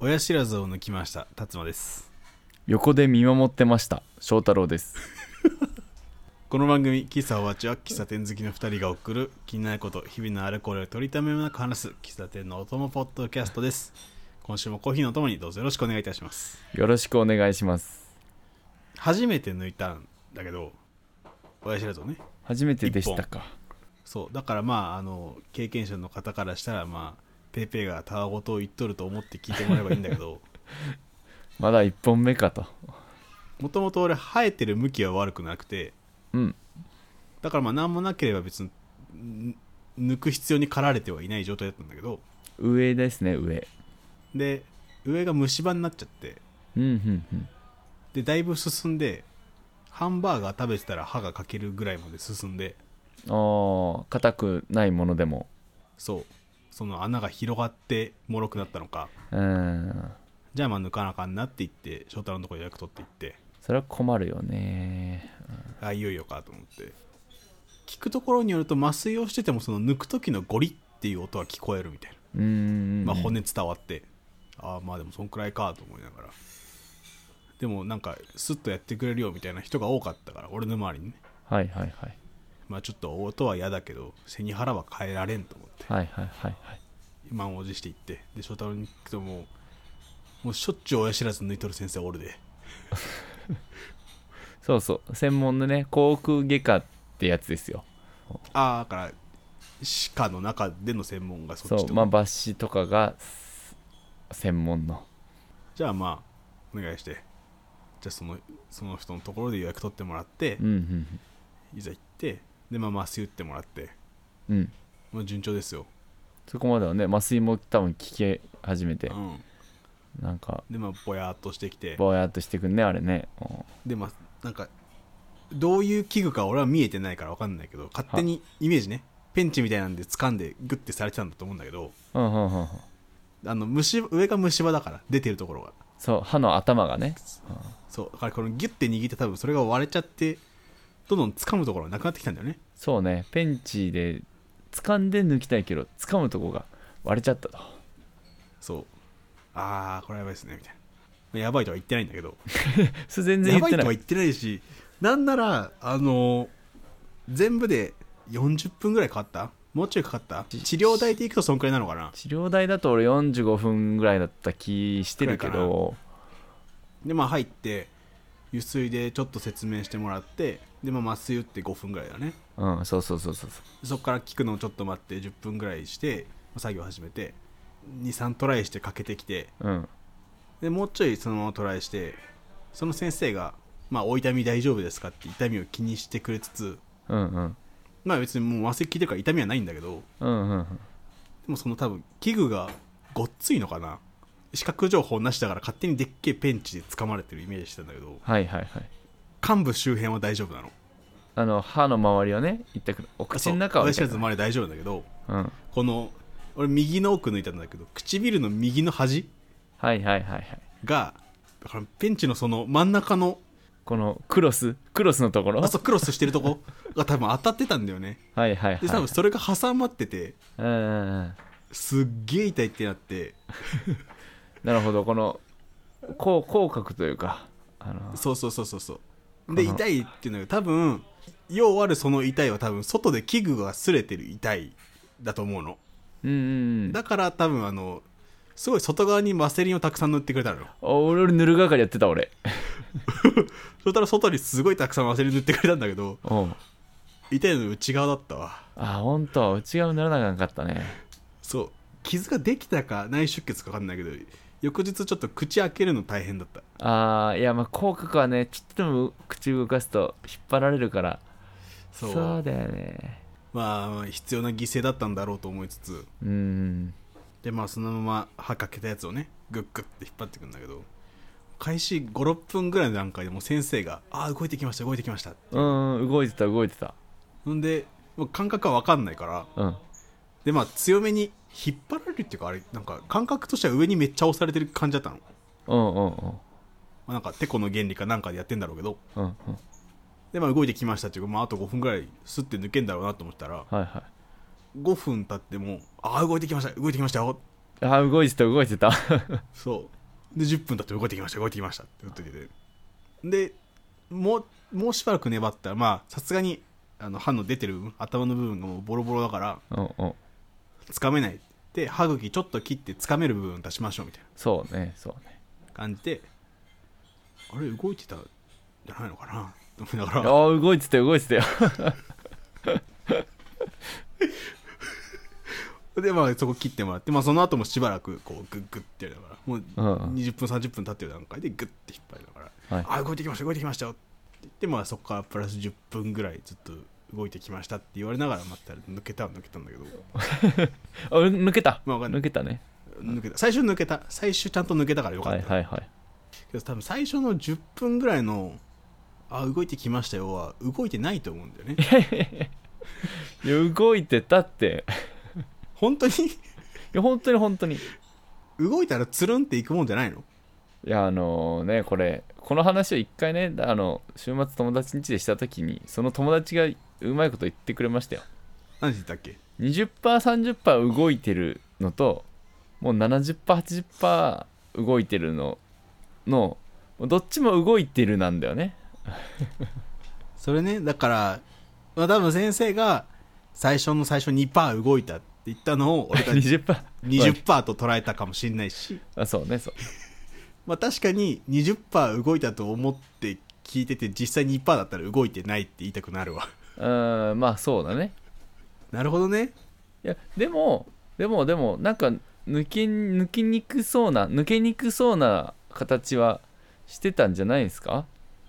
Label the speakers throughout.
Speaker 1: 親知らずを抜きました辰馬です
Speaker 2: 横で見守ってました翔太郎です
Speaker 1: この番組「喫茶おばちは喫茶店好きの2人が送る気になること日々のアルコールを取りためもなく話す喫茶店のお供ポッドキャストです今週もコーヒーのお供にどうぞよろしくお願いいたします
Speaker 2: よろしくお願いします
Speaker 1: 初めて抜いたんだけど親知らずをね
Speaker 2: 初めてでしたか
Speaker 1: そうだからまああの経験者の方からしたらまあペーペーがたわごとを言っとると思って聞いてもらえばいいんだけど
Speaker 2: まだ1本目かと
Speaker 1: もともと俺生えてる向きは悪くなくて
Speaker 2: うん
Speaker 1: だからまあ何もなければ別にん抜く必要に駆られてはいない状態だったんだけど
Speaker 2: 上ですね上
Speaker 1: で上が虫歯になっちゃって
Speaker 2: うんうんうん
Speaker 1: でだいぶ進んでハンバーガー食べてたら歯が欠けるぐらいまで進んで
Speaker 2: ああ硬くないものでも
Speaker 1: そうその穴が広がって脆くなったのか
Speaker 2: うーん
Speaker 1: じゃあまあ抜かなあかんなって言って翔太郎のとこ予約取って行って
Speaker 2: それは困るよね
Speaker 1: あいよいよかと思って聞くところによると麻酔をしててもその抜く時のゴリっていう音は聞こえるみたいな
Speaker 2: うーん
Speaker 1: まあ、骨伝わって、ああまあでもそんくらいかと思いながらでもなんかスッとやってくれるよみたいな人が多かったから俺の周りにね
Speaker 2: はいはいはい
Speaker 1: まあちょっと音は嫌だけど背に腹は変えられんと思って
Speaker 2: はいはいはいはい
Speaker 1: 満を持して行ってで翔太郎に聞くともうもうしょっちゅう親知らず抜いとる先生おるで
Speaker 2: そうそう専門のね口腔外科ってやつですよ
Speaker 1: ああだから歯科の中での専門がそっち
Speaker 2: そ
Speaker 1: ってこ
Speaker 2: う
Speaker 1: と
Speaker 2: まあ抜歯とかがす専門の
Speaker 1: じゃあまあお願いしてじゃあそのその人のところで予約取ってもらって
Speaker 2: うんうん
Speaker 1: いざ行ってでまあ麻酔打ってもらって
Speaker 2: うんうん
Speaker 1: もう順調ですよ
Speaker 2: そこまではね麻酔も多分聞け始めて
Speaker 1: うん、
Speaker 2: なんか
Speaker 1: でまあぼやーっとしてきて
Speaker 2: ぼやっとしてくんねあれねうん
Speaker 1: でまあなんかどういう器具か俺は見えてないから分かんないけど勝手にイメージねペンチみたいなんで掴んでグッてされてたんだと思うんだけど
Speaker 2: うんうんうんうん
Speaker 1: あの虫上が虫歯だから出てるところが
Speaker 2: そう歯の頭がね
Speaker 1: そうだからこのギュッて握って多分それが割れちゃってどんどん掴むところがなくなってきたんだよね
Speaker 2: そうねペンチで掴んで抜きたいけど掴むとこが割れちゃったと
Speaker 1: そうあーこれやばいですねみたいなまあやばいとは言ってないんだけど
Speaker 2: それ全然
Speaker 1: や
Speaker 2: 言
Speaker 1: ば
Speaker 2: っ
Speaker 1: い
Speaker 2: て
Speaker 1: と
Speaker 2: な
Speaker 1: はい言ってないしなんならあの全部で40分ぐらいかかったもうちょいかかった治療代でいくとそんくらいなのかな
Speaker 2: 治療代だと俺45分ぐらいだった気してるけど
Speaker 1: でまあ入って油水でちょっと説明してもらってでまあ麻酔打って5分ぐらいだね
Speaker 2: うんそうそうそうそうそ
Speaker 1: そこから聞くのをちょっと待って10分ぐらいして作業始めて23トライしてかけてきて
Speaker 2: ううん
Speaker 1: でもうちょいそのままトライしてその先生が「まあお痛み大丈夫ですか?」って痛みを気にしてくれつつ
Speaker 2: うんうん
Speaker 1: まあ別にもう麻酔効いてるから痛みはないんだけど
Speaker 2: うんうんうん
Speaker 1: でもその多分器具がごっついのかな視覚情報なしだから勝手にでっけえペンチで掴まれてるイメージしてたんだけど
Speaker 2: はいはいはい
Speaker 1: 患部周辺は大丈夫なの
Speaker 2: あの歯の周りをね一くお口の中
Speaker 1: は
Speaker 2: を
Speaker 1: 親知らずまで大丈夫なんだけど
Speaker 2: うん
Speaker 1: この俺右の奥抜いたんだけど唇の右の端
Speaker 2: はいはいはいはい
Speaker 1: がだからペンチのその真ん中の
Speaker 2: このクロスクロスのところ
Speaker 1: あそうクロスしてるとこが多分当たってたんだよね
Speaker 2: はいはいはい
Speaker 1: で多分それが挟まってて
Speaker 2: うんうんうん
Speaker 1: すっげえ痛いってなって
Speaker 2: なるほどこのこう口角というかあの
Speaker 1: そうそうそうそうそうで
Speaker 2: この
Speaker 1: 痛いっていうのが多分要あるその痛いは多分外で器具が擦れてる痛いだと思うの
Speaker 2: うんうんうん
Speaker 1: だから多分あのすごい外側にマセリンをたくさん塗ってくれたのよ
Speaker 2: お俺俺塗る係やってた俺
Speaker 1: そしたら外にすごいたくさんマセリン塗ってくれたんだけど
Speaker 2: おう
Speaker 1: 痛いの内側だったわ
Speaker 2: あ本当内側塗らなかったね
Speaker 1: そう傷ができたか内出血か分かんないけど翌日ちょっと口開けるの大変だった
Speaker 2: あーいやまあ口角はねちょっとでも口動かすと引っ張られるから
Speaker 1: そ
Speaker 2: そううだよね
Speaker 1: まあ必要な犠牲だったんだろうと思いつつ
Speaker 2: うん
Speaker 1: でまあそのまま歯かけたやつをねグッグッて引っ張ってくんだけど開始56分ぐらいの段階でもう先生が「ああ動いてきました動いてきました
Speaker 2: うんうん動いてた動いてた」
Speaker 1: ほんでもう感覚は分かんないから
Speaker 2: うん
Speaker 1: でまあ強めに引っ張られるっていうかあれなんか感覚としては上にめっちゃ押されてる感じだったの、ま
Speaker 2: うんうんうん
Speaker 1: あ、なんかてこの原理かなんかでやってんだろうけど
Speaker 2: うんうん
Speaker 1: でまあ動いてきましたっていうか、まあ、あと5分ぐらいスッて抜けんだろうなと思ったら
Speaker 2: はいはい
Speaker 1: 5分経っても「ああ動いてきました動いてきましたよ」
Speaker 2: あー動いてた動いてた
Speaker 1: そうで10分経って動いてきました動いてきましたって言っててでもうもうしばらく粘ったらまあさすがにあの歯の出てる部分頭の部分がもうボロボロだから
Speaker 2: うんうん
Speaker 1: つかめないで歯茎ちょっと切ってつかめる部分出しましょうみたい
Speaker 2: そうねそうね
Speaker 1: な感じであれ動いてたんじゃないのかなと思いな
Speaker 2: あ
Speaker 1: がら
Speaker 2: ー動いてた動いてたよ
Speaker 1: でまあそこ切ってもらってまあその後もしばらくこうグッグッってやりながらもう
Speaker 2: うんうん
Speaker 1: 20分30分経ってる段階でグッて引っ張りながら
Speaker 2: はい
Speaker 1: あ動いてきました動いてきましたよって言って、まあ、そこからプラス10分ぐらいずっと動いてきましたって言われながら待ったら抜けたは抜けたんだけど、
Speaker 2: あ抜けた
Speaker 1: まあ、わかんな
Speaker 2: 抜
Speaker 1: い
Speaker 2: けたね
Speaker 1: 抜けた最初抜けた最初ちゃんと抜けたからよか
Speaker 2: は
Speaker 1: っ
Speaker 2: い
Speaker 1: た、
Speaker 2: はいはい
Speaker 1: けど多分最初の10分ぐらいのあ動いてきましたよは動いてないと思うんだよね
Speaker 2: いや動いてたって
Speaker 1: 本当に
Speaker 2: いや本当に本当にい
Speaker 1: 動いたらつるんっていくもんじゃないの
Speaker 2: やあのねこれこの話を一回ねあの週末友達ん家でした時にその友達がうまいこと言ってくれましたよ
Speaker 1: 何て言ったっけ
Speaker 2: 20%30% 動いてるのともう 70%80% 動いてるののどっちも動いてるなんだよね
Speaker 1: それねだから、まあ、多分先生が最初の最初2%動いたって言ったのを 俺たち
Speaker 2: 20%,
Speaker 1: 20%と捉えたかもしれないし
Speaker 2: あそうねそう
Speaker 1: まあ確かに20%動いたと思って聞いてて実際に1%だったら動いてないって言いたくなるわ
Speaker 2: うーんまあそうだね
Speaker 1: なるほどね
Speaker 2: いやでもでもでもなんか抜け抜きにくそうな抜けにくそうな形はしてたんじゃないですか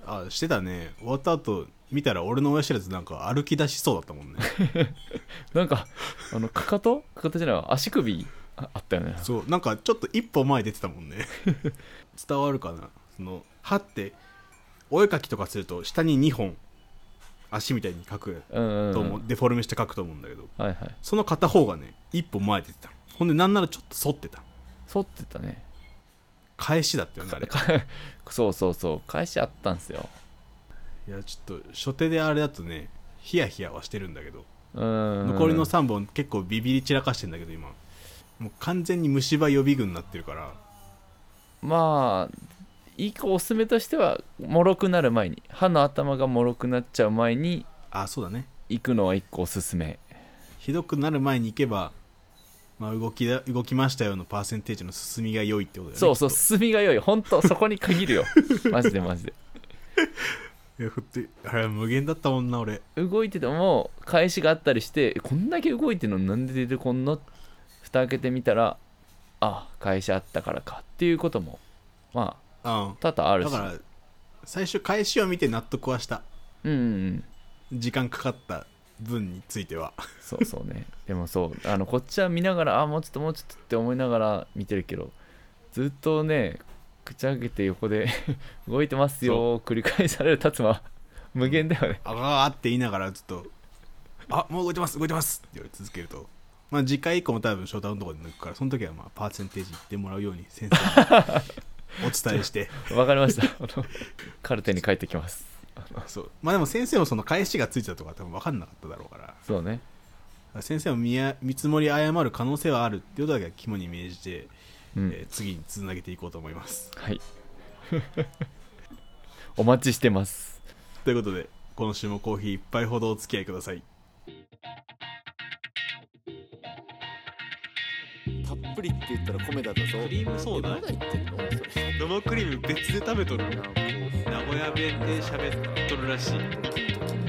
Speaker 1: あしてたね終わった後見たら俺の親知らずなんか歩き出しそうだったもん ね
Speaker 2: なんかあのかかとかかとじゃないわ足首ああったよね
Speaker 1: そうなんかちょっと一歩前出てたもんね 伝わるかなその歯ってお絵描きとかすると下に2本足みたいに描く
Speaker 2: うんうんうん
Speaker 1: と思う、デフォルメして描くと思うんだけど
Speaker 2: はいはい
Speaker 1: その片方がね一歩前出てたのほんでなんならちょっと反ってた
Speaker 2: 反ってたね
Speaker 1: 返しだったよねあれ
Speaker 2: かそうそうそう返しあったんすよ
Speaker 1: いやちょっと初手であれだとねヒヤヒヤはしてるんだけど
Speaker 2: うん
Speaker 1: 残りの3本結構ビビり散らかしてんだけど今もう完全に虫歯予備軍になってるから
Speaker 2: まあ一個おすすめとしてはもろくなる前に歯の頭がもろくなっちゃう前に
Speaker 1: あそうだね
Speaker 2: 行くのは一個おすすめ
Speaker 1: ひどくなる前に行けば、まあ、動きだ動きましたよのパーセンテージの進みが良いってことだよね
Speaker 2: そうそう
Speaker 1: きっ
Speaker 2: 進みが良い本当そこに 限るよマジでマジで
Speaker 1: といやふってあれ無限だったもんな俺
Speaker 2: 動いてても返しがあったりしてこんだけ動いてるのになんで出てこんの蓋開けてみたらあ返しあったからかっていうこともま
Speaker 1: うん
Speaker 2: あ多々ある
Speaker 1: だ
Speaker 2: し
Speaker 1: から最初返しを見て納得はした
Speaker 2: うんうんうん
Speaker 1: 時間かかった分については
Speaker 2: そうそうねでもそうあのこっちは見ながらあもうちょっともうちょっとって思いながら見てるけどずっとね口開けて横で 動いてますよ繰り返される達馬は無限だよね
Speaker 1: あがーって言いながらずっと「あもう動いてます動いてます」って言われ続けるとまあ次回以降も多分翔太のところで抜くからその時はまあパーセンテージ言ってもらうように先生 にお伝えして
Speaker 2: わかりましたあのカルテに帰ってきます
Speaker 1: そうまあでも先生もその返しがついてたとか多分分かんなかっただろうから
Speaker 2: そうね
Speaker 1: 先生も見や見積もり誤る可能性はあるっていうことだけは肝に銘じて、
Speaker 2: うん、
Speaker 1: えー次につなげていこうと思います
Speaker 2: はい お待ちしてます
Speaker 1: ということで今週もコーヒー一杯ほどお付き合いください
Speaker 3: たっぷりって言ったら米だったぞ
Speaker 1: リームソーダ生クリーム別で食べとる名古屋弁で喋っとるらしい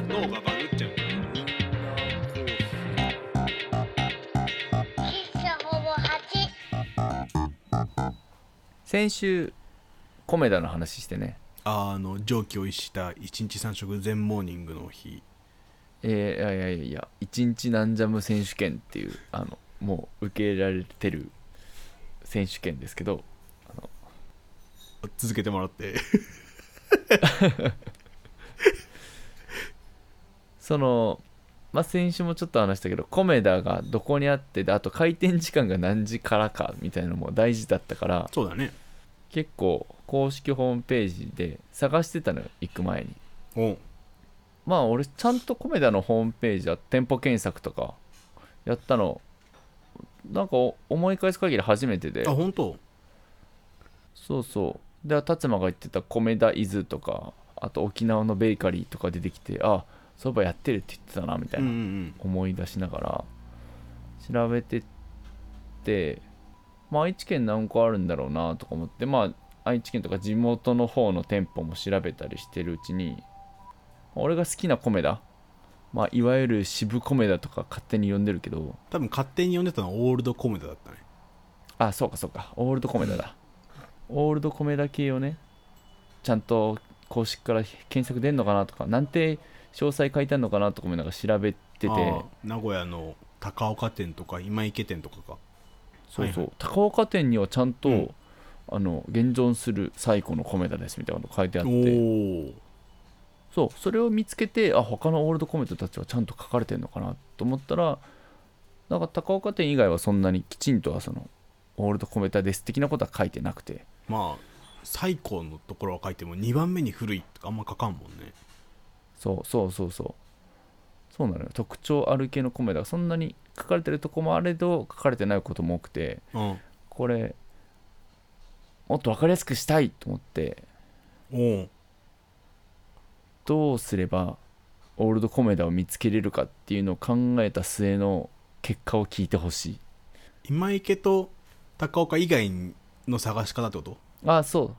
Speaker 1: 脳がバグっちゃう
Speaker 4: 喫茶ほぼ8。
Speaker 2: 先週コメダの話してね
Speaker 1: あの蒸気を逸した一日三食全モーニングの日
Speaker 2: えーいやいやいや一日なんジャム選手権っていうあのもう受け入れられてる選手権ですけど
Speaker 1: 続けてもらって
Speaker 2: その、まあ、先週もちょっと話したけどコメダがどこにあってであと回転時間が何時からかみたいなのも大事だったから
Speaker 1: そうだね
Speaker 2: 結構公式ホームページで探してたのよ行く前に
Speaker 1: お
Speaker 2: まあ俺ちゃんとコメダのホームページは店舗検索とかやったのなんか思い返す限り初めてで
Speaker 1: あ本当
Speaker 2: そうそうで達馬が言ってた米田伊豆とかあと沖縄のベーカリーとか出てきてあそばやってるって言ってたなみた
Speaker 1: う
Speaker 2: い
Speaker 1: んう
Speaker 2: なん思い出しながら調べてって、まあ、愛知県何個あるんだろうなとか思ってまあ愛知県とか地元の方の店舗も調べたりしてるうちに俺が好きな米田まあ、いわゆる渋米田とか勝手に呼んでるけど
Speaker 1: 多分勝手に呼んでたのはオールドコメダだったね
Speaker 2: あそうかそうかオールドコメダだオールドコメダ系をねちゃんと公式から検索出んのかなとかなんて詳細書いてあるのかなとか思いながら調べてて
Speaker 1: あー名古屋の高岡店とか今池店とかか
Speaker 2: そうそう、
Speaker 1: はい
Speaker 2: 高岡店にはちゃんと、
Speaker 1: うん
Speaker 2: あの現存する最古の米田ですみたいなこと書いてあっ
Speaker 1: お
Speaker 2: て
Speaker 1: お
Speaker 2: そうそれを見つけてあ他のオールドコメダたちはちゃんと書かれてるのかなと思ったらなんか高岡店以外はそんなにきちんとはそのオールドコメダです的なことは書いてなくて
Speaker 1: まあ最高のところは書いても2番目に古いとかあんま書かんもんね
Speaker 2: そうそうそうそうそうなのよ特徴ある系の米だそんなに書かれてるとこもあれど書かれてないことも多くて
Speaker 1: う
Speaker 2: これもっと分かりやすくしたいと思って
Speaker 1: んおお
Speaker 2: どうすればオールドコメダを見つけれるかっていうのを考えた末の結果を聞いてほしい
Speaker 1: 今池と高岡以外の探し方ってこと
Speaker 2: ああそう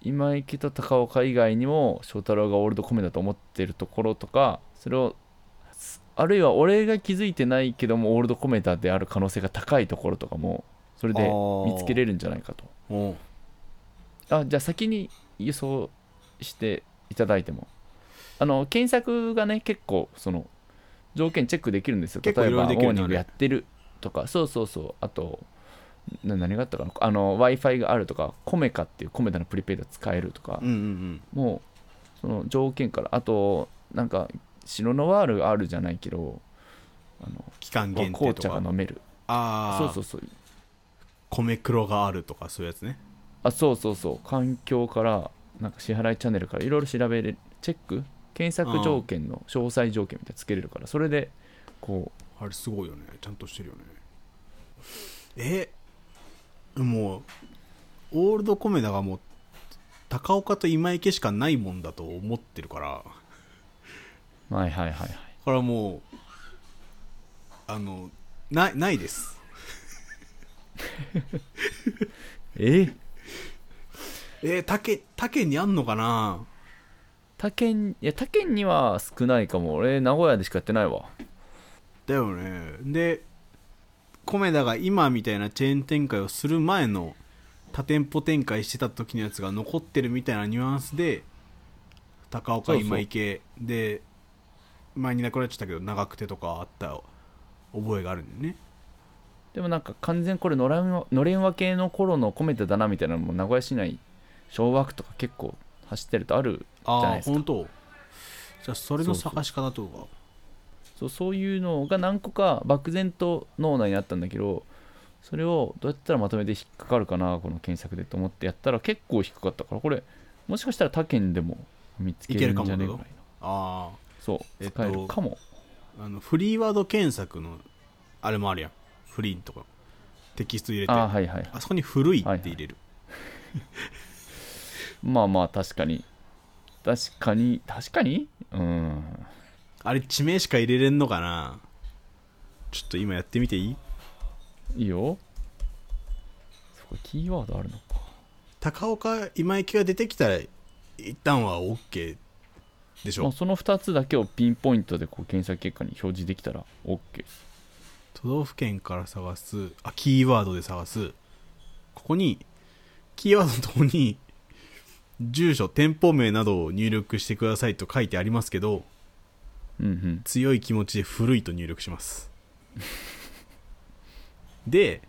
Speaker 2: 今池と高岡以外にも翔太郎がオールドコメだと思ってるところとかそれをすあるいは俺が気づいてないけどもオールドコメダである可能性が高いところとかもそれで
Speaker 1: あー
Speaker 2: 見つけれるんじゃないかと
Speaker 1: おう
Speaker 2: あじゃあ先に輸送していただいてもあの検索がね結構その条件チェックできるんですよ例え
Speaker 1: 結構いろい
Speaker 2: ば
Speaker 1: ろ
Speaker 2: モ
Speaker 1: できる
Speaker 2: ー
Speaker 1: んだね
Speaker 2: ニングやってるとかそうそうそうあとな何があったかなあの w i f i があるとかコメカっていうコメダのプリペイド使えるとか
Speaker 1: うんうん
Speaker 2: もうその条件からあとなんか白のワールあるじゃないけどあの
Speaker 1: 期間限定
Speaker 2: 紅
Speaker 1: と
Speaker 2: 茶
Speaker 1: か
Speaker 2: が飲める
Speaker 1: ああ
Speaker 2: そうそうそう
Speaker 1: 米黒があるとかそういうやつね
Speaker 2: あそうそうそう環境からなんか支払いチャンネルからいろいろ調べれチェック検索条件の詳細条件みたいなのつけれるからそれでこう
Speaker 1: あれすごいよねちゃんとしてるよねえもうオールドコメダがもう高岡と今池しかないもんだと思ってるから
Speaker 2: はいはいはいはい
Speaker 1: これはもうあのないないです
Speaker 2: え
Speaker 1: えー、他県他県にあんのかな
Speaker 2: 他県いや他県には少ないかも俺名古屋でしかやってないわ
Speaker 1: だよねでコメダが今みたいなチェーン展開をする前の多店舗展開してた時のやつが残ってるみたいなニュアンスで高岡
Speaker 2: そうそう
Speaker 1: 今池で前になくなっちゃったけど長久手とかあった覚えがあるんだよね
Speaker 2: でもなんか完全これのらんわのれんわ系の頃のコメントだなみたいなのも名古屋市内小和区とか結構走ってるとあるじゃな
Speaker 1: あ
Speaker 2: い
Speaker 1: あ
Speaker 2: ですか
Speaker 1: 本当じゃあそれの探し方とか
Speaker 2: そうそういうのが何個か漠然と脳内にあったんだけどそれをどうやったらまとめて引っかかるかなこの検索でと思ってやったら結構引っかかったからこれもしかしたら他県でも見つけるんじゃねえか
Speaker 1: いけるかも
Speaker 2: な
Speaker 1: だああ
Speaker 2: そう
Speaker 1: えっと
Speaker 2: 使えるかも、
Speaker 1: あのフリーワード検索のあれもあるやんフリーのとかテキスト入れて
Speaker 2: ああ
Speaker 1: あ
Speaker 2: はいはい
Speaker 1: そこに「古い」って入れる、
Speaker 2: まあまあ確かに確かに確かにうん
Speaker 1: あれ地名しか入れれんのかなちょっと今やってみていい
Speaker 2: いいよそこキーワードあるのか
Speaker 1: 高岡今池が出てきたら一旦は OK でし
Speaker 2: まあ
Speaker 1: ょ
Speaker 2: その2つだけをピンポイントでこう検索結果に表示できたら OK
Speaker 1: 都道府県から探すあキーワードで探すここにキーワードのとこに住所店舗名などを入力してくださいと書いてありますけど
Speaker 2: うんうん
Speaker 1: 強い気持ちで古いと入力しますで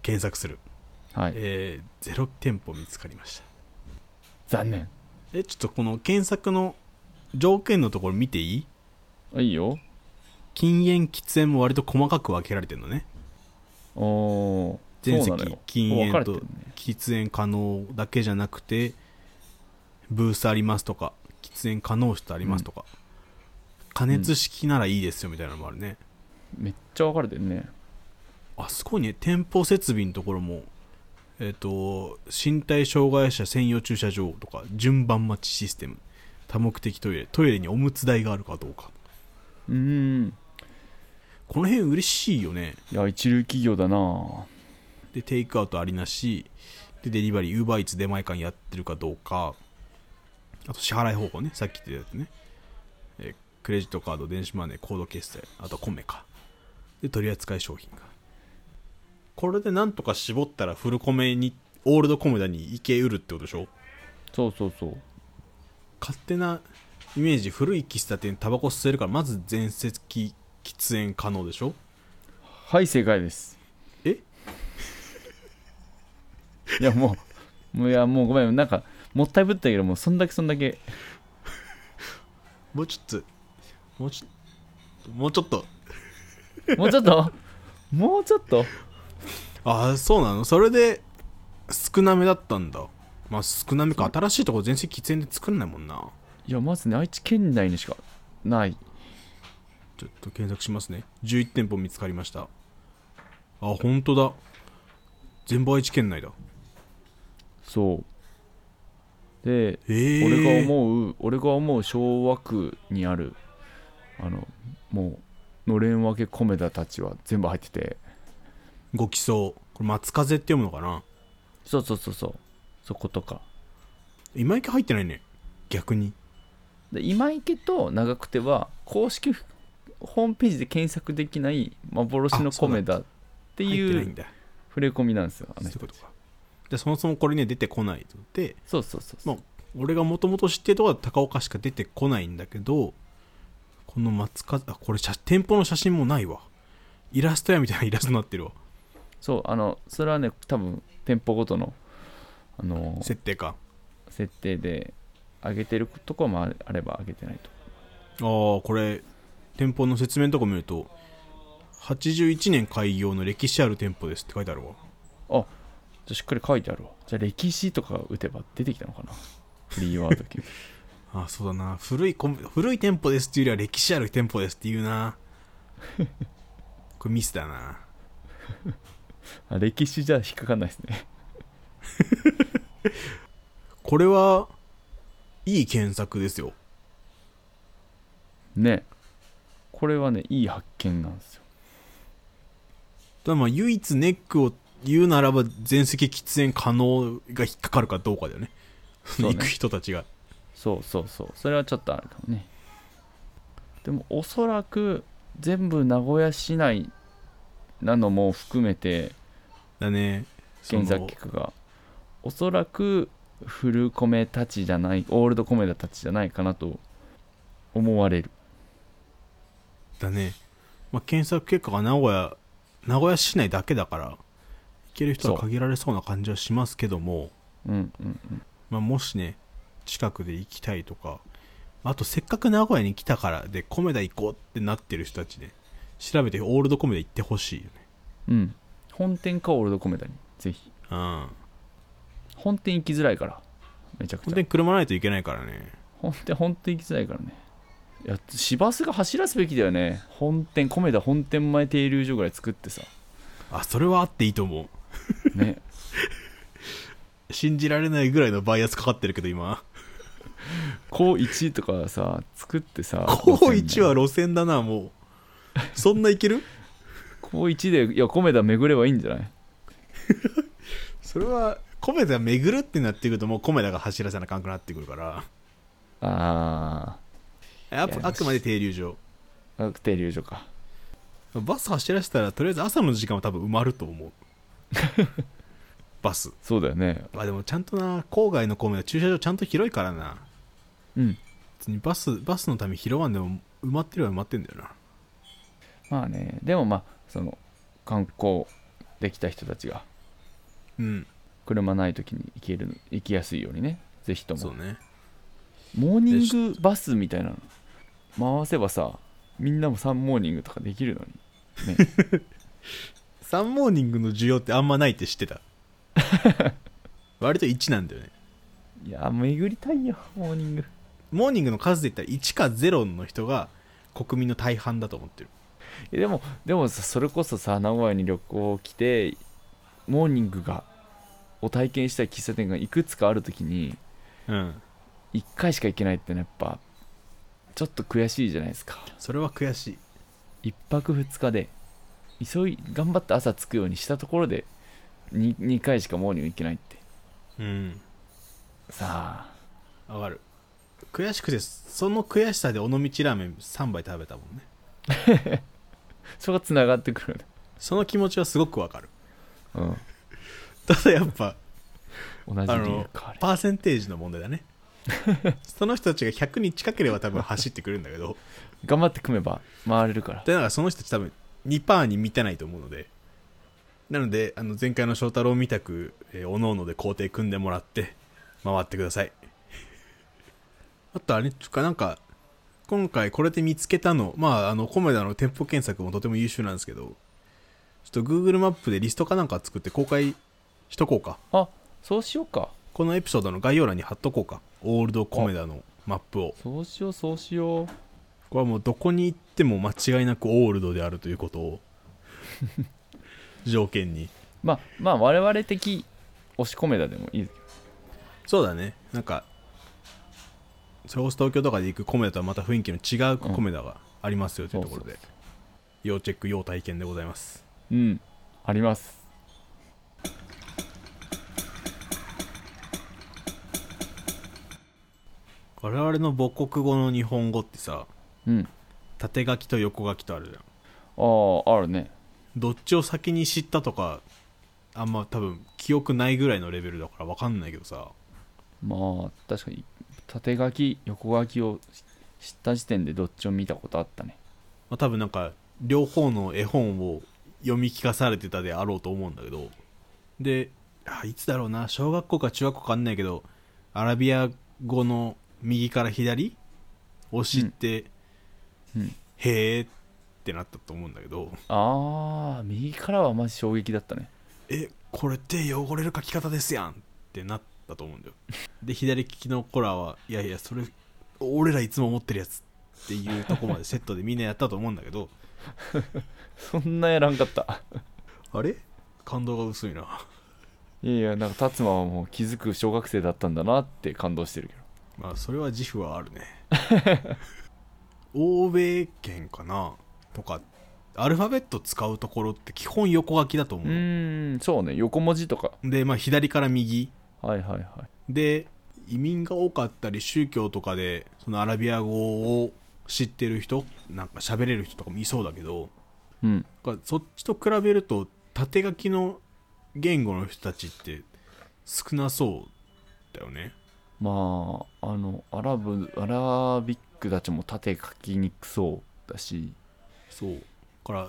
Speaker 1: 検索する、
Speaker 2: はい
Speaker 1: えー、0店舗見つかりました
Speaker 2: 残念
Speaker 1: えちょっとこの検索の条件のところ見ていい
Speaker 2: あいいよ
Speaker 1: 禁煙喫煙も割と細かく分けられてるのね
Speaker 2: おー
Speaker 1: 全
Speaker 2: そうなの
Speaker 1: 席
Speaker 2: よ
Speaker 1: 禁
Speaker 2: もう分か
Speaker 1: 煙
Speaker 2: れ
Speaker 1: と
Speaker 2: てるね
Speaker 1: 喫煙可能だけじゃなくてブースありますとか喫煙可能室ありますとか、加熱式ならいいですよみたいなのもあるね、
Speaker 2: めっちゃ分かれてるね
Speaker 1: あすごいね店舗設備のところもえっ、と身体障害者専用駐車場とか順番待ちシステム多目的トイレトイレにおむつ台があるかどうか
Speaker 2: うーん
Speaker 1: この辺嬉しいよね
Speaker 2: いや一流企業だな
Speaker 1: でテイクアウトありなしでデリバリーウーバーイーツ出前館やってるかどうかあと支払い方法ねさっき言ってたやつねえークレジットカード電子マネーコード決済あとはコメかで取り扱い商品がこれでなんとか絞ったらフルコメにオールドコメダに行けうるってことでしょ
Speaker 2: そうそうそう
Speaker 1: 勝手なイメージ古い喫茶店タバコ吸えるからまず全席喫煙可能でしょ
Speaker 2: はい正解です
Speaker 1: え
Speaker 2: いやもうもういやもうごめんなんかもったいぶったけどもうそんだけそんだけ
Speaker 1: もうちょっともうちょっともうちょっと
Speaker 2: もうちょっと もうちょっと
Speaker 1: ああそうなのそれで少なめだったんだまあ少なめか新しいとこ全然喫煙で作んないもんない
Speaker 2: やまずね愛知県内にしかない
Speaker 1: ちょっと検索しますね11店舗見つかりましたあ本当だ全部愛知県内だ
Speaker 2: そうで
Speaker 1: ええ
Speaker 2: 俺が思う俺が思う昭和区にあるあのもうのれん分けコメダたちは全部入ってて
Speaker 1: ご起想これ松風って読むのかな
Speaker 2: そうそうそうそうそことか
Speaker 1: 今池入ってないね逆に
Speaker 2: で今池と長久手は公式ホームページで検索できない幻の
Speaker 1: あそ
Speaker 2: コ
Speaker 1: うな
Speaker 2: メ
Speaker 1: んだ
Speaker 2: ダって
Speaker 1: 入って
Speaker 2: い
Speaker 1: ないん
Speaker 2: う
Speaker 1: だ
Speaker 2: 触れ込みなんですよあ
Speaker 1: そう
Speaker 2: の
Speaker 1: いう
Speaker 2: 人
Speaker 1: ことかじゃあそもそもこれね出てこないので
Speaker 2: そうそうそうそう
Speaker 1: もう俺がもともと知ってるとこは高岡しか出てこないんだけどこの松風あこれ写店舗の写真もないわイラストやみたいなイラストになってるわ
Speaker 2: そうあのそれはね多分店舗ごとのあの
Speaker 1: 設定か
Speaker 2: 設定で上げてるとこもああれば上げてないと
Speaker 1: ああこれ店舗の説明のとこ見ると81年開業の歴史ある店舗ですって書いてあるわ
Speaker 2: じゃあしっかり書いてあるわじゃあ歴史とか打てば出てきたのかなフリーワード系
Speaker 1: あーそうだな古いコン古い店舗ですっていうよりは歴史ある店舗ですっていうなこれミスだな
Speaker 2: あ歴史じゃ引っかかんないですね
Speaker 1: これはいい検索ですよ
Speaker 2: ねこれはねいい発見なんですよ
Speaker 1: ただまあ唯一ネックを言うならば全席喫煙可能が引っかかるかどうかだよね
Speaker 2: うね
Speaker 1: 行く人たちが
Speaker 2: そうそうそうそれはちょっとあるかもねでもおそらく全部名古屋市内なのも含めて
Speaker 1: だねその
Speaker 2: 検索結果がおそらく古米たちじゃないオールド米田たちじゃないかなと思われる
Speaker 1: だね、まあ、検索結果が名古屋名古屋市内だけだから行ける人は限られそうな感じはしますけども、
Speaker 2: うんうんうん
Speaker 1: まあ、もしね近くで行きたいとかあとせっかく名古屋に来たからで米田行こうってなってる人たちね調べてオールド米田行ってほしいよね
Speaker 2: うん本店かオールド米田にぜひ
Speaker 1: うん
Speaker 2: 本店行きづらいからめちゃく
Speaker 1: 本
Speaker 2: ち
Speaker 1: 当
Speaker 2: ゃ
Speaker 1: に車ないといけないからね
Speaker 2: 本店本店行きづらいからねいや市バスが走らすべきだよね本店米田本店前停留所ぐらい作ってさ
Speaker 1: あそれはあっていいと思う
Speaker 2: ね
Speaker 1: 信じられないぐらいのバイアスかかってるけど今
Speaker 2: 高1とかさ作ってさ
Speaker 1: 高一は
Speaker 2: 路
Speaker 1: 路線
Speaker 2: 線内
Speaker 1: だなもうそんないける
Speaker 2: 高1でいや米田巡ればいいんじゃない
Speaker 1: それは米田巡るってなってくるともう米田が走らせなあかんくなってくるから
Speaker 2: あ
Speaker 1: あ
Speaker 2: いや
Speaker 1: あくまで停留所
Speaker 2: あ停留所か
Speaker 1: バス走らせたらとりあえず朝の時間は多分埋まると思 うバス
Speaker 2: そうだよね
Speaker 1: あでもちゃんとな郊外の米田駐車場ちゃんと広いからな
Speaker 2: うん
Speaker 1: 別にバスバスのため広わんでも埋まってるは埋まってんだよな
Speaker 2: まあねでもまあその観光できた人たちが
Speaker 1: うん
Speaker 2: 車ない時に行ける行きやすいようにねぜひとも
Speaker 1: そうね
Speaker 2: モーニングバスみたいなの回せばさみんなもサンモーニングとかできるのに、ね、
Speaker 1: サンモーニングの需要ってあんまないって知って た割と1なんだよね
Speaker 2: いや巡りたいよモーニング
Speaker 1: モーニングの数で言ったら1か0の人が国民の大半だと思ってる
Speaker 2: えでもでもさそれこそさ名古屋に旅行来てモーニングがを体験したい喫茶店がいくつかある時に
Speaker 1: うん
Speaker 2: 1回しか行けないってのはやっぱちょっと悔しいじゃないですか
Speaker 1: それは悔しい
Speaker 2: 1泊2日で急い頑張って朝着くようにしたところで 2, 2回しかモーニング行けないって
Speaker 1: うん
Speaker 2: さあ
Speaker 1: 上がる悔しくてその悔しさで尾道ラーメン3杯食べたもんね
Speaker 2: そこがつながってくる
Speaker 1: その気持ちはすごくわかる
Speaker 2: うん
Speaker 1: ただやっぱ
Speaker 2: 同じ理由かあれ
Speaker 1: パーセンテージの問題だ ねその人たちが100に近ければ多分走ってくるんだけど
Speaker 2: 頑張って組めば回れるから
Speaker 1: でだからその人たち多分2%に満たないと思うのでなのであの前回の翔太郎みたく、えー、おのおので工程組んでもらって回ってくださいあとあれっつうかなんか今回これで見つけたのまああのコメダの店舗検索もとても優秀なんですけどちょっと Google マップでリストかなんか作って公開しとこうか
Speaker 2: あそうしようか
Speaker 1: このエピソードの概要欄に貼っとこうかオールドコメダのマップを
Speaker 2: そうしようそうしよう
Speaker 1: これはもうどこに行っても間違いなくオールドであるということ を条件に
Speaker 2: まあまあ我々的押し込めだでもいい
Speaker 1: そうだねなんかそれこそ東京とかで行くコメダとはまた雰囲気の違うコメダがありますよというところで、
Speaker 2: そう
Speaker 1: 要チェック要体験でございます
Speaker 2: うんあります
Speaker 1: 我々の母国語の日本語ってさ
Speaker 2: うん
Speaker 1: 縦書きと横書きとあるじゃん
Speaker 2: あああるね
Speaker 1: どっちを先に知ったとかあんま多分記憶ないぐらいのレベルだから分かんないけどさ
Speaker 2: まあ確かに縦書き横書きを知った時点でどっちを見たことあったね
Speaker 1: まあ、多分なんか両方の絵本を読み聞かされてたであろうと思うんだけどであいつだろうな小学校か中学校かわかんないけどアラビア語の右から左を知って、
Speaker 2: うんうん
Speaker 1: へーってなったと思うんだけど
Speaker 2: ああ右からはマジ衝撃だったね
Speaker 1: えこれ手汚れる書き方ですやんってなったと思うんだよで左利きの子らはいやいやそれ俺らいつも持ってるやつっていうとこまでセットでみんなやったと思うんだけど
Speaker 2: そんなやらんかった
Speaker 1: あれ感動が薄いない
Speaker 2: やいやなんか達馬はもう気づく小学生だったんだなって感動してるけど
Speaker 1: まあそれは自負はあるね欧米圏かなとかアルファベット使うところって基本横書きだと思
Speaker 2: う
Speaker 1: う、
Speaker 2: ーんそうね横文字とか
Speaker 1: でまあ左から右
Speaker 2: はいはいはい
Speaker 1: で移民が多かったり宗教とかでそのアラビア語を知ってる人なんか喋れる人とかもいそうだけど
Speaker 2: うん
Speaker 1: だからそっちと比べると縦書きの言語の人たちって少なそうだよね
Speaker 2: まああのアラブアラビックたちも縦書きにくそうだし
Speaker 1: そうだから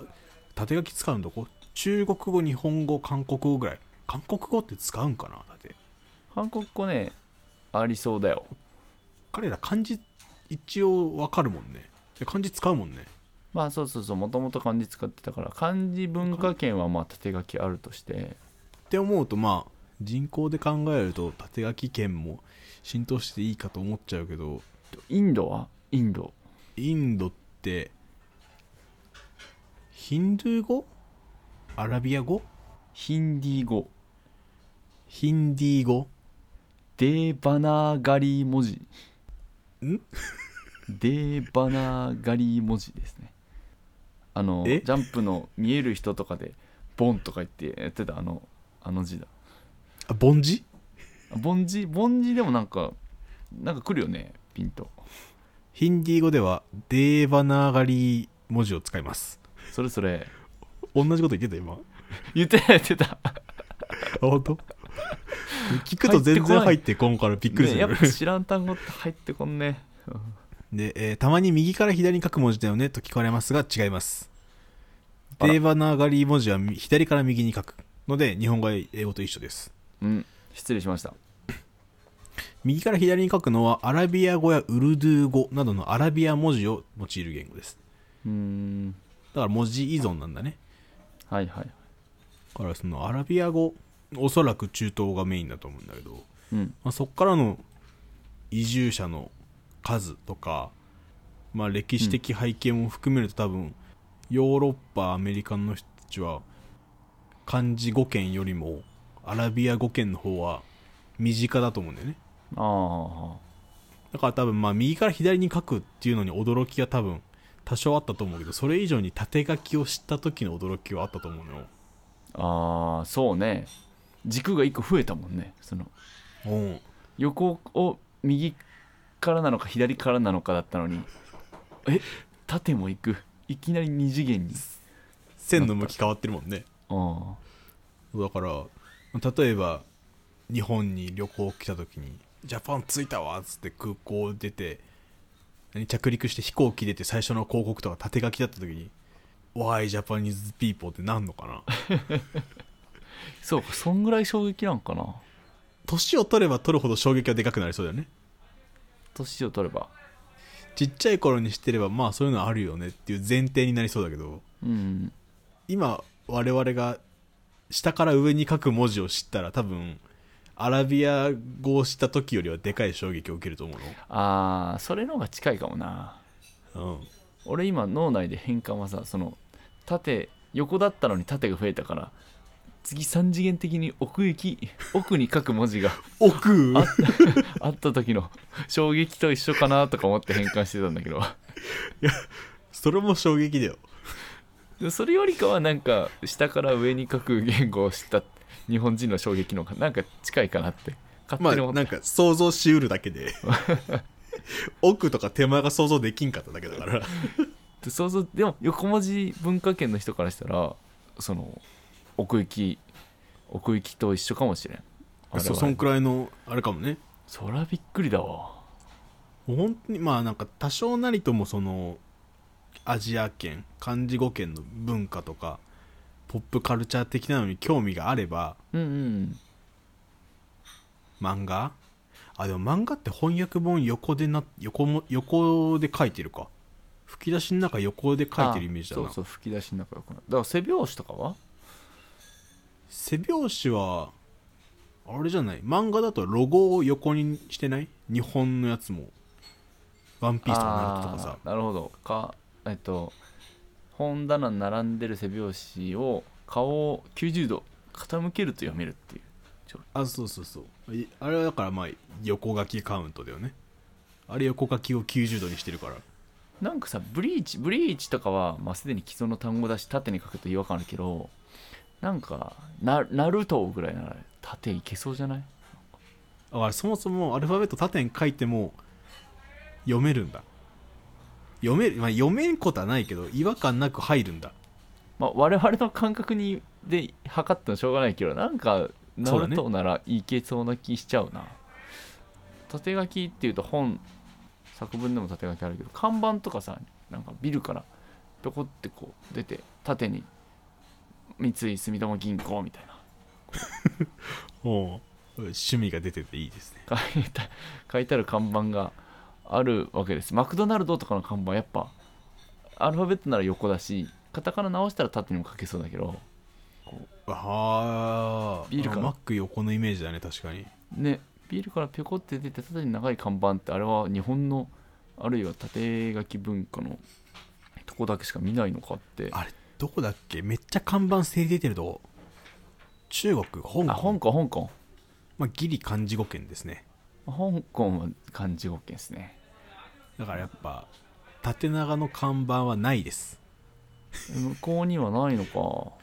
Speaker 1: 縦書き使うんどこ中国語日本語韓国語ぐらい韓国語って使うんかなだって
Speaker 2: 韓国語ねありそうだよ
Speaker 1: 彼ら漢字一応わかるもんねで漢字使うもんね
Speaker 2: まあそうそうそうもともと漢字使ってたから漢字文化圏はまあ縦書きあるとして
Speaker 1: って思うとまあ人口で考えると縦書き圏も浸透していいかと思っちゃうけど
Speaker 2: インドはインド
Speaker 1: インドってヒンドゥー語アラビア語
Speaker 2: ヒンディー語
Speaker 1: ヒンディー語
Speaker 2: デーバナーガリー文字
Speaker 1: ん
Speaker 2: デーバナーガリー文字ですねあのジ
Speaker 1: え
Speaker 2: ャンプの見える人とかでボンとか言ってやってたあのあの字だ
Speaker 1: あ凡字
Speaker 2: あボンジボンジでもなんかなんか来るよねピンと
Speaker 1: ヒンディー語ではデーバナーガリー文字を使います
Speaker 2: それそれ
Speaker 1: 同じこと言ってた今
Speaker 2: 言ってた言ってた
Speaker 1: あ本当聞くと全然入ってこんからびっくりす
Speaker 2: ね
Speaker 1: る、
Speaker 2: やっぱ知らん単語って入ってこんねうん
Speaker 1: で、えーたまに右から左に書く文字だよねと聞かれますが違います。
Speaker 2: あら
Speaker 1: デーバナーガリー文字はみ左から右に書くので日本語や英語と一緒です。
Speaker 2: うん失礼しました
Speaker 1: 右から左に書くのはアラビア語やウルドゥー語などのアラビア文字を用いる言語です。
Speaker 2: うーん
Speaker 1: だから文字依存なんだね。
Speaker 2: はいはい
Speaker 1: だからそのアラビア語、おそらく中東がメインだと思うんだけど、
Speaker 2: うん
Speaker 1: まあ、そこからの移住者の数とか、まあ、歴史的背景も含めると多分、ヨーロッパアメリカの人たちは漢字語圏よりもアラビア語圏の方は身近だと思うんだよね
Speaker 2: ああ
Speaker 1: だから多分まあ右から左に書くっていうのに驚きが多分多少あったと思うけどそれ以上に縦書きを知った時の驚きはあったと思うのよ
Speaker 2: ああそうね軸が1個増えたもんねその
Speaker 1: うん
Speaker 2: 横を右からなのか左からなのかだったのにえ縦も行くいきなり2次元に
Speaker 1: 線の向き変わってるもんね
Speaker 2: あ
Speaker 1: だから例えば日本に旅行来た時に「ジャパン着いたわ」っつって空港出て何着陸して飛行機出て最初の広告とか縦書きだった時に「Why Japanese people」ってなんのかな
Speaker 2: あそうかそんぐらい衝撃なんかな
Speaker 1: 年を取れば取るほど衝撃がでかくなりそうだよね
Speaker 2: 年を取れば
Speaker 1: ちっちゃい頃に知ってればまあそういうのあるよねっていう前提になりそうだけど
Speaker 2: うん
Speaker 1: 今我々が下から上に書く文字を知ったら多分アラビア語をした時よりはでかい衝撃を受けると思
Speaker 2: ああそれの方が近いかもな
Speaker 1: うのうん
Speaker 2: 俺今脳内で変換はさその縦横だったのに縦が増えたから次3次元的に奥行き 奥に書く文字が
Speaker 1: 奥
Speaker 2: ああった時の衝撃と一緒かなとか思って変換してたんだけど
Speaker 1: それも衝撃だよ
Speaker 2: でもそれよりかはなんか下から上に書く言語を知った日本人の衝撃の方がなんか近いかなって勝
Speaker 1: まあ
Speaker 2: 手に思った、
Speaker 1: なんか想像しうるだけ で奥とか手前が想像できんかっただけだから
Speaker 2: で想像でも横文字文化圏の人からしたらその奥行き奥行きと一緒かもしれんあれ
Speaker 1: そ
Speaker 2: は
Speaker 1: そんくらいのあれかもね
Speaker 2: そりゃびっくりだわ
Speaker 1: 本当にまあなんか多少なりともそのアジア圏漢字語圏の文化とかポップカルチャー的なのに興味があれば
Speaker 2: うんうん
Speaker 1: 漫画あでも漫画って翻訳本横でな横も横で書いてるか吹き出しの中横で書いてるイメージだな
Speaker 2: あそうそう吹き出しの中よくないだから背拍子とかは
Speaker 1: 背拍子はあれじゃない漫画だとロゴを横にしてない日本のやつも「ワンピースとか「ナルト」とかさ
Speaker 2: あーなるほどかえっと本棚に並んでる背拍子を顔を90度傾けると読めるっていう
Speaker 1: あそうそうそういあれはだからまあ横書きカウントだよねあれ横書きを90度にしてるから
Speaker 2: なんかさブリーチブリーチとかは、まあ、すでに既存の単語だし縦に書くと違和感あるけどなんかなナルトぐらいなら縦いけそうじゃない
Speaker 1: だからそもそもアルファベット縦に書いても読めるんだ読める、まあ、読めんことはないけど違和感なく入るんだ
Speaker 2: まあ我々の感覚にで測ってもしょうがないけどなんかナ
Speaker 1: そうだ
Speaker 2: ル
Speaker 1: ね
Speaker 2: トならいけそうな気しちゃうな縦書きっていうと本作文でも縦書きあるけど看板とかさなんかビルからぴょこってこう出て縦に三井住友銀行みたいな
Speaker 1: お趣味が出てていいですね
Speaker 2: 書いた書いてある看板があるわけですマクドナルドとかの看板やっぱアルファベットなら横だしカタカナ直したら縦にも書けそうだけど
Speaker 1: あー
Speaker 2: ビールか
Speaker 1: あマック横のイメージだね確かに
Speaker 2: ねビールからピョコって出て縦に長い看板ってあれは日本のあるいは縦書き文化のとこだけしか見ないのかって
Speaker 1: あれどこだっけめっちゃ看板整理出てるとこ中国香港
Speaker 2: あ香港香港
Speaker 1: まあ、ギリ漢字語圏ですね
Speaker 2: 香港は漢字語圏ですね
Speaker 1: だからやっぱ縦長の看板はないです
Speaker 2: 向こうにはないのか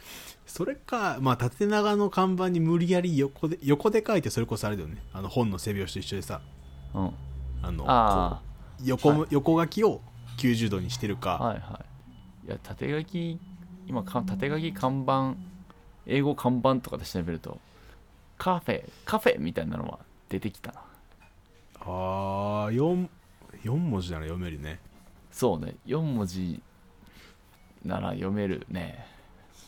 Speaker 1: それか、まあ、縦長の看板に無理やり横で横で書いてそれこそあれだよねあの本の背拍子と一緒でさ
Speaker 2: うん
Speaker 1: あの
Speaker 2: あ
Speaker 1: こう横も、
Speaker 2: は
Speaker 1: 横書きを90度にしてる
Speaker 2: あ
Speaker 1: か、
Speaker 2: はいはいいや縦書き今か縦書き看板英語看板とかで調べるとカフェカフェみたいなのは出てきたな
Speaker 1: ああ 4, 四文字なら読めるね
Speaker 2: そうね4文字なら読めるね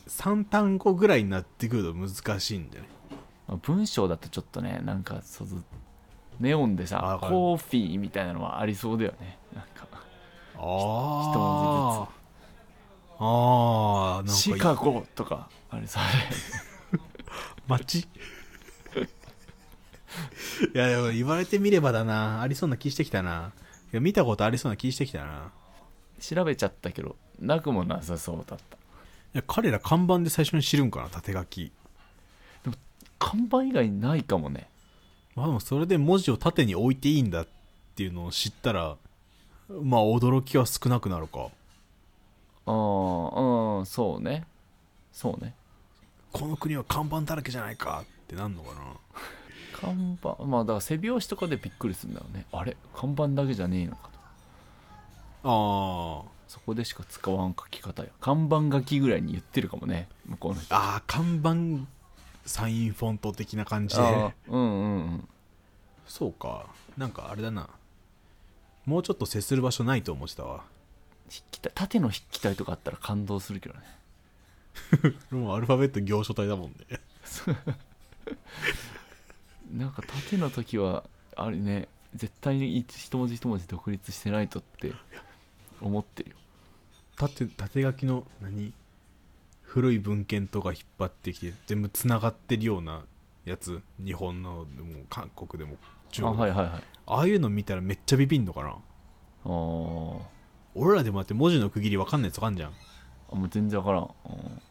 Speaker 1: 3単語ぐらいになってくると難しいんだよね
Speaker 2: まあ文章だとちょっとねなんかそのネオンで
Speaker 1: あ
Speaker 2: さ
Speaker 1: わかる
Speaker 2: コーフィーみたいなのはありそうだよねなんか
Speaker 1: ああああ
Speaker 2: シ
Speaker 1: なんか
Speaker 2: カゴとかありそう
Speaker 1: 街い やでも言われてみればだなありそうな気してきたないや見たことありそうな気してきたな
Speaker 2: で調べちゃったけどなくもなさそうだった
Speaker 1: や彼ら看板で最初に知るんかな縦書き
Speaker 2: 看板以外にないかもね
Speaker 1: まあでもそれで文字を縦に置いていいんだっていうのを知ったらまあ驚きは少なくなるか
Speaker 2: ああうんそうねそうね
Speaker 1: この国は看板だらけじゃないかってなんのかな
Speaker 2: 看板まあだから背拍子とかでびっくりするんだろうねあれ看板だけじゃねえのかと
Speaker 1: あー
Speaker 2: そこでしか使わん書き方や看板書きぐらいに言ってるかもね向こうの人
Speaker 1: あー看板サインフォント的な感じ
Speaker 2: あ
Speaker 1: で
Speaker 2: ー うんうんうん
Speaker 1: そうかなんかあれだなもうちょっと接する場所ないと思ってたわ
Speaker 2: 筆記体縦の筆記体とかあったら感動するけどね
Speaker 1: もうアルファベット行書体だもんね
Speaker 2: なんか縦の時はあれね絶対に一一文字一文字独立してないとって思って るよ
Speaker 1: 縦縦書きの何古い文献とか引っ張ってきて全部つながってるようなやつ日本のでも韓国でも中
Speaker 2: あ
Speaker 1: 国でも
Speaker 2: はいはいはい
Speaker 1: ああいうの見たらめっちゃビビんのかな
Speaker 2: あーあも
Speaker 1: 俺らでもだって文字の区切りわかんないやつわかんじゃん
Speaker 2: う全然わからんうん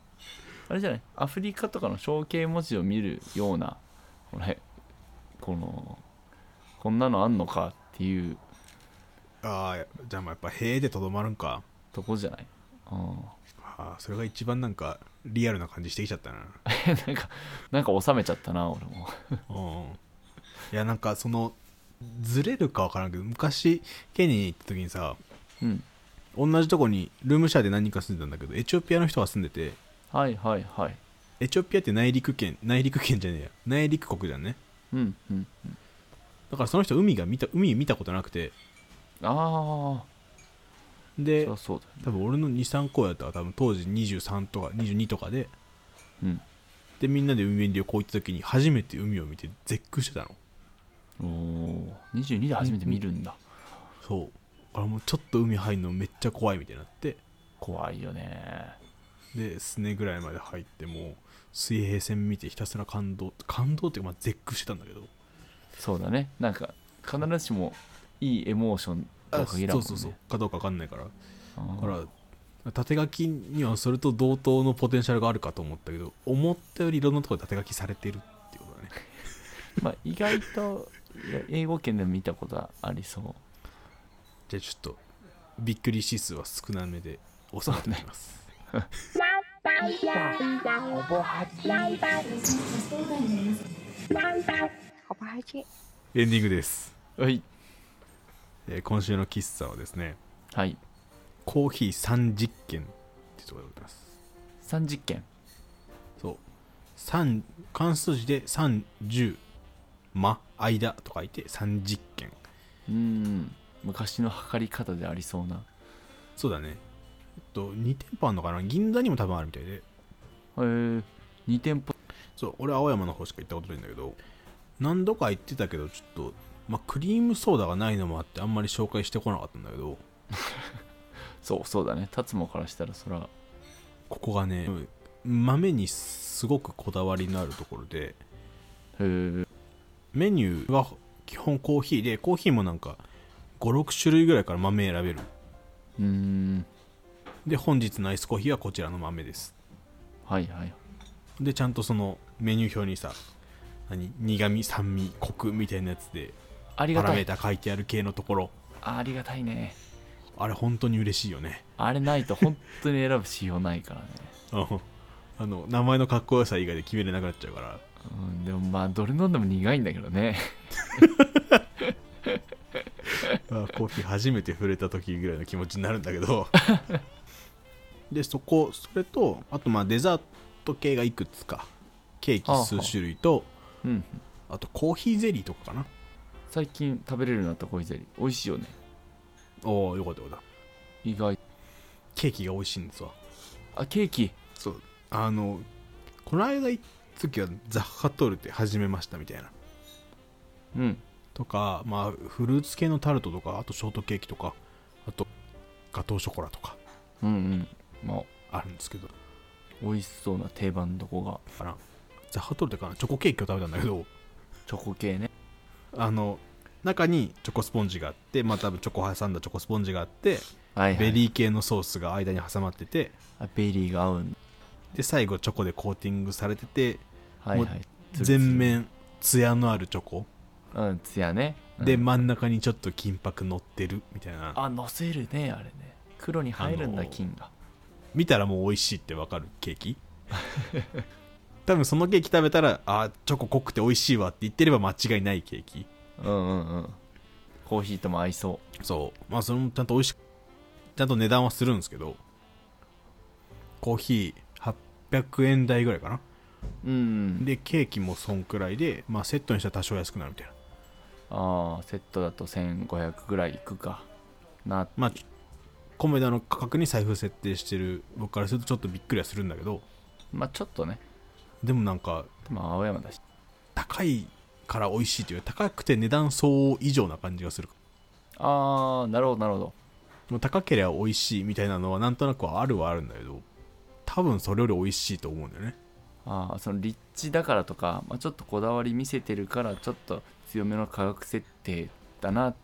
Speaker 2: あれじゃないアフリカとかの象形文字を見るようなこれこのこんなのあんのかっていう
Speaker 1: ああじゃあまあやっぱ「へえ」でとどまるんか
Speaker 2: とこじゃないうん
Speaker 1: ああそれが一番なんかリアルな感じしてきちゃったな
Speaker 2: なんかなんか収めちゃったな俺も
Speaker 1: うんうんいやなんかそのずれるかわからんけど昔ケニーに行った時にさ
Speaker 2: うん
Speaker 1: 同じとこにルームシェアで何人か住んでたんだけどエチオピアの人が住んでて
Speaker 2: はいはいはい
Speaker 1: エチオピアって内陸圏内陸圏じゃねえや内陸国じゃんね
Speaker 2: うんうん
Speaker 1: だからその人海が見た海見たことなくて
Speaker 2: ああそ
Speaker 1: で
Speaker 2: りゃそうだよね
Speaker 1: 多分俺の23校やったら多分当時23とか22とかで
Speaker 2: うん
Speaker 1: でみんなで海に旅行行った時に初めて海を見て絶句してたの
Speaker 2: おお22で初めて見るんだ、
Speaker 1: そうあれもうちょっと海入るのめっちゃ怖いみたいになって
Speaker 2: 怖いよね
Speaker 1: でスネぐらいまで入ってもう水平線見てひたすら感動感動っていうかまあ絶句してたんだけど
Speaker 2: そうだねなんか必ずしもいいエモーションとは限らん
Speaker 1: そ
Speaker 2: も
Speaker 1: う
Speaker 2: ん、ね、
Speaker 1: そうそうかどうか分かんないから
Speaker 2: あー
Speaker 1: だから縦書きにはそれと同等のポテンシャルがあるかと思ったけど思ったよりいろんなところで縦書きされてるっていうことだね
Speaker 2: まあ、意外といや英語圏でも見たことありそう
Speaker 1: じゃあちょっとびっくり指数は少なめで収まっています、
Speaker 4: 好吧，还这
Speaker 1: エンディングです、
Speaker 2: はい
Speaker 1: えー今週の喫茶はですね
Speaker 2: はい
Speaker 1: コーヒー3実験ってところでございます
Speaker 2: 3実験
Speaker 1: そう三関数字で30間間と書いて3実験
Speaker 2: うーん昔の測り方でありそうな
Speaker 1: そうだねえっと2店舗あるのかな銀座にも多分あるみたいで
Speaker 2: へえ2店舗
Speaker 1: そう俺青山の方しか行ったことないんだけど何度か行ってたけどちょっとまあクリームソーダがないのもあってあんまり紹介してこなかったんだけど
Speaker 2: そうそうだね達もからしたらそら
Speaker 1: ここがね豆にすごくこだわりのあるところで
Speaker 2: へえ
Speaker 1: メニューは基本コーヒーでコーヒーもなんか56種類ぐらいから豆選べる
Speaker 2: うーん
Speaker 1: で本日のアイスコーヒーはこちらの豆です
Speaker 2: はいはい
Speaker 1: でちゃんとそのメニュー表にさ何苦味酸味コクみたいなやつで
Speaker 2: あり
Speaker 1: パ
Speaker 2: が
Speaker 1: ラ
Speaker 2: た
Speaker 1: メ
Speaker 2: い
Speaker 1: ータ書いてある系のところ
Speaker 2: ありがたいね
Speaker 1: あれ本当に嬉しいよね
Speaker 2: あれないと本当に選ぶ仕様ないからね
Speaker 1: うんあの名前のかっこよさ以外で決めれなくなっちゃうから
Speaker 2: うん、でもまあどれ飲んでも苦いんだけどね
Speaker 1: あーコーヒー初めて触れた時ぐらいの気持ちになるんだけ どでそこそれとあとまあデザート系がいくつかケーキ数種類と
Speaker 2: うん
Speaker 1: あとコーヒーゼリーとかかな
Speaker 2: 最近食べれるようになったコーヒーゼリー美味しいよね
Speaker 1: おおよかったよかった
Speaker 2: 意外
Speaker 1: ケーキが美味しいんですわ
Speaker 2: あケーキ
Speaker 1: そうあのこの間行った時はザッハトルテ始めましたみたいな
Speaker 2: うん
Speaker 1: とかまあフルーツ系のタルトとかあとショートケーキとかあとガトーショコラとか
Speaker 2: うんうんまあ
Speaker 1: あるんですけど
Speaker 2: 美味しそうな定番のとこが
Speaker 1: かなザッハトルテかなチョコケーキを食べたんだけど
Speaker 2: チョコ系ね
Speaker 1: あの中にチョコスポンジがあってまあ多分チョコ挟んだチョコスポンジがあって
Speaker 2: はいはい
Speaker 1: ベリー系のソースが間に挟まってて
Speaker 2: あベリーが合うん
Speaker 1: で最後チョコでコーティングされてて
Speaker 2: はいは
Speaker 1: も
Speaker 2: いう
Speaker 1: 全面ツヤのあるチョコ
Speaker 2: うんつやね、うん
Speaker 1: で真ん中にちょっと金箔乗ってるみたいな
Speaker 2: あ乗せるねあれね黒に入るん
Speaker 1: あ
Speaker 2: だ
Speaker 1: のー
Speaker 2: 金が
Speaker 1: 見たらもう美味しいってわかるケー キ多分そのケーキ食べたらあーチョコ濃くて美味しいわって言ってれば間違いないケーキ
Speaker 2: うんうんうんコーヒーとも合いそ
Speaker 1: そうまあそれもちゃんと美味しくちゃんと値段はするんですけどコーヒー800円台ぐらいかな
Speaker 2: ううん
Speaker 1: でケーキもそんくらいで、まあ、セットにしたら多少安くなるみたいな
Speaker 2: ああセットだと1500ぐらいいくかな
Speaker 1: まあちコメダの価格に財布設定してる僕からするとちょっとびっくりはするんだけど
Speaker 2: まあちょっとね
Speaker 1: でもなんか
Speaker 2: でも青山だし
Speaker 1: 高いから美味しいというより高くて値段相応以上な感じがする
Speaker 2: ああなるほどなるほど
Speaker 1: もう高ければ美味しいみたいなのはなんとなくはあるはあるんだけど多分それより美味しいと思うんだよね
Speaker 2: ああその立地だからとか、まあ、ちょっとこだわり見せてるからちょっと強めの価格設定だなっ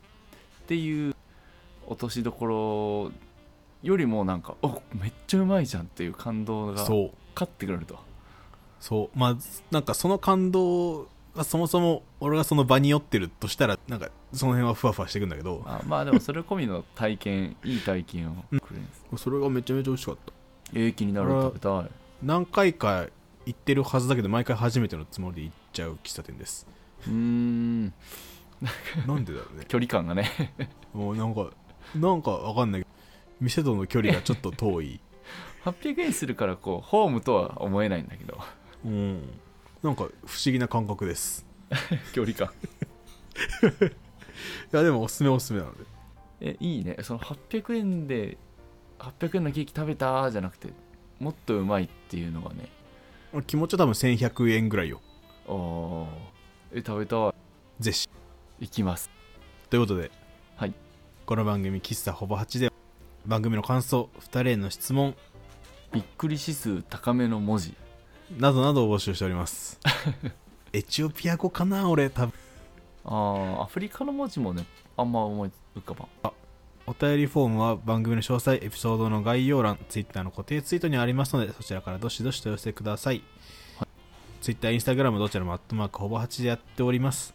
Speaker 2: ていう落としどころよりもなんかおめっちゃうまいじゃんっていう感動が勝
Speaker 1: そう
Speaker 2: ってくれると
Speaker 1: そうまあなんかその感動がそもそも俺がその場に酔ってるとしたらなんかその辺はふわふわしていくんだけど
Speaker 2: あまあでもそれ込みの体験いい体験をくれるんです、
Speaker 1: それがめちゃめちゃ美味しかった
Speaker 2: えー気になる
Speaker 1: これは
Speaker 2: 食べたい
Speaker 1: 何回か行ってるはずだけど毎回初めてのつもりで行っちゃう喫茶店です
Speaker 2: うーん
Speaker 1: なんでだろうね
Speaker 2: 距離感がね
Speaker 1: もうなんかなんかわかんないけど店との距離がちょっと遠い
Speaker 2: 800円するからこうホームとは思えないんだけど
Speaker 1: うんなんか不思議な感覚です
Speaker 2: 距離感
Speaker 1: いやでもおすすめおすすめなので
Speaker 2: えいいねその800円で800円のケーキ食べたじゃなくてもっとうまいっていうのがね
Speaker 1: 気持ちは多分1100円ぐらいよ
Speaker 2: おーえ食べた
Speaker 1: ぜひ
Speaker 2: いいきます
Speaker 1: ということで、
Speaker 2: はい
Speaker 1: この番組「喫茶ほぼ8」では番組の感想2人への質問
Speaker 2: びっくり指数高めの文字
Speaker 1: などなどを募集しております エチオピア語かな俺多分
Speaker 2: あーアフリカの文字もねあんま思い浮かばん
Speaker 1: お便りフォームは番組の詳細エピソードの概要欄 Twitter の固定ツイートにありますのでそちらからどしどしと寄せてください、Twitter、Instagram どちらもアットマークほぼ8でやっております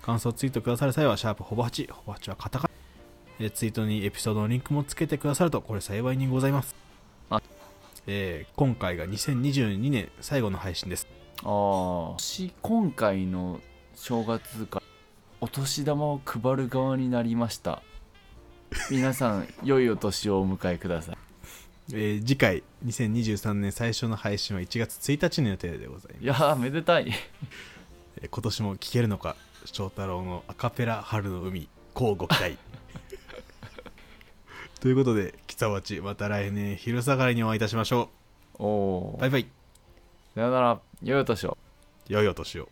Speaker 1: 感想ツイートくださる際はシャープほぼ8ほぼ8はカタカナえーツイートにエピソードのリンクもつけてくださるとこれ幸いにございます
Speaker 2: あ
Speaker 1: えー今回が2022年最後の配信です
Speaker 2: あー私今回の正月かお年玉を配る側になりました皆さん良いお年をお迎えください
Speaker 1: えー次回2023年最初の配信は1月1日の予定でございます
Speaker 2: いやーめでたい
Speaker 1: えー今年も聴けるのか翔太郎のアカペラ「春の海」乞うご期待ということで木沢ちまた来年昼下がりにお会いいたしましょ
Speaker 2: お
Speaker 1: う
Speaker 2: ー
Speaker 1: バイバイ
Speaker 2: さよなら良いお年を
Speaker 1: 良いお年を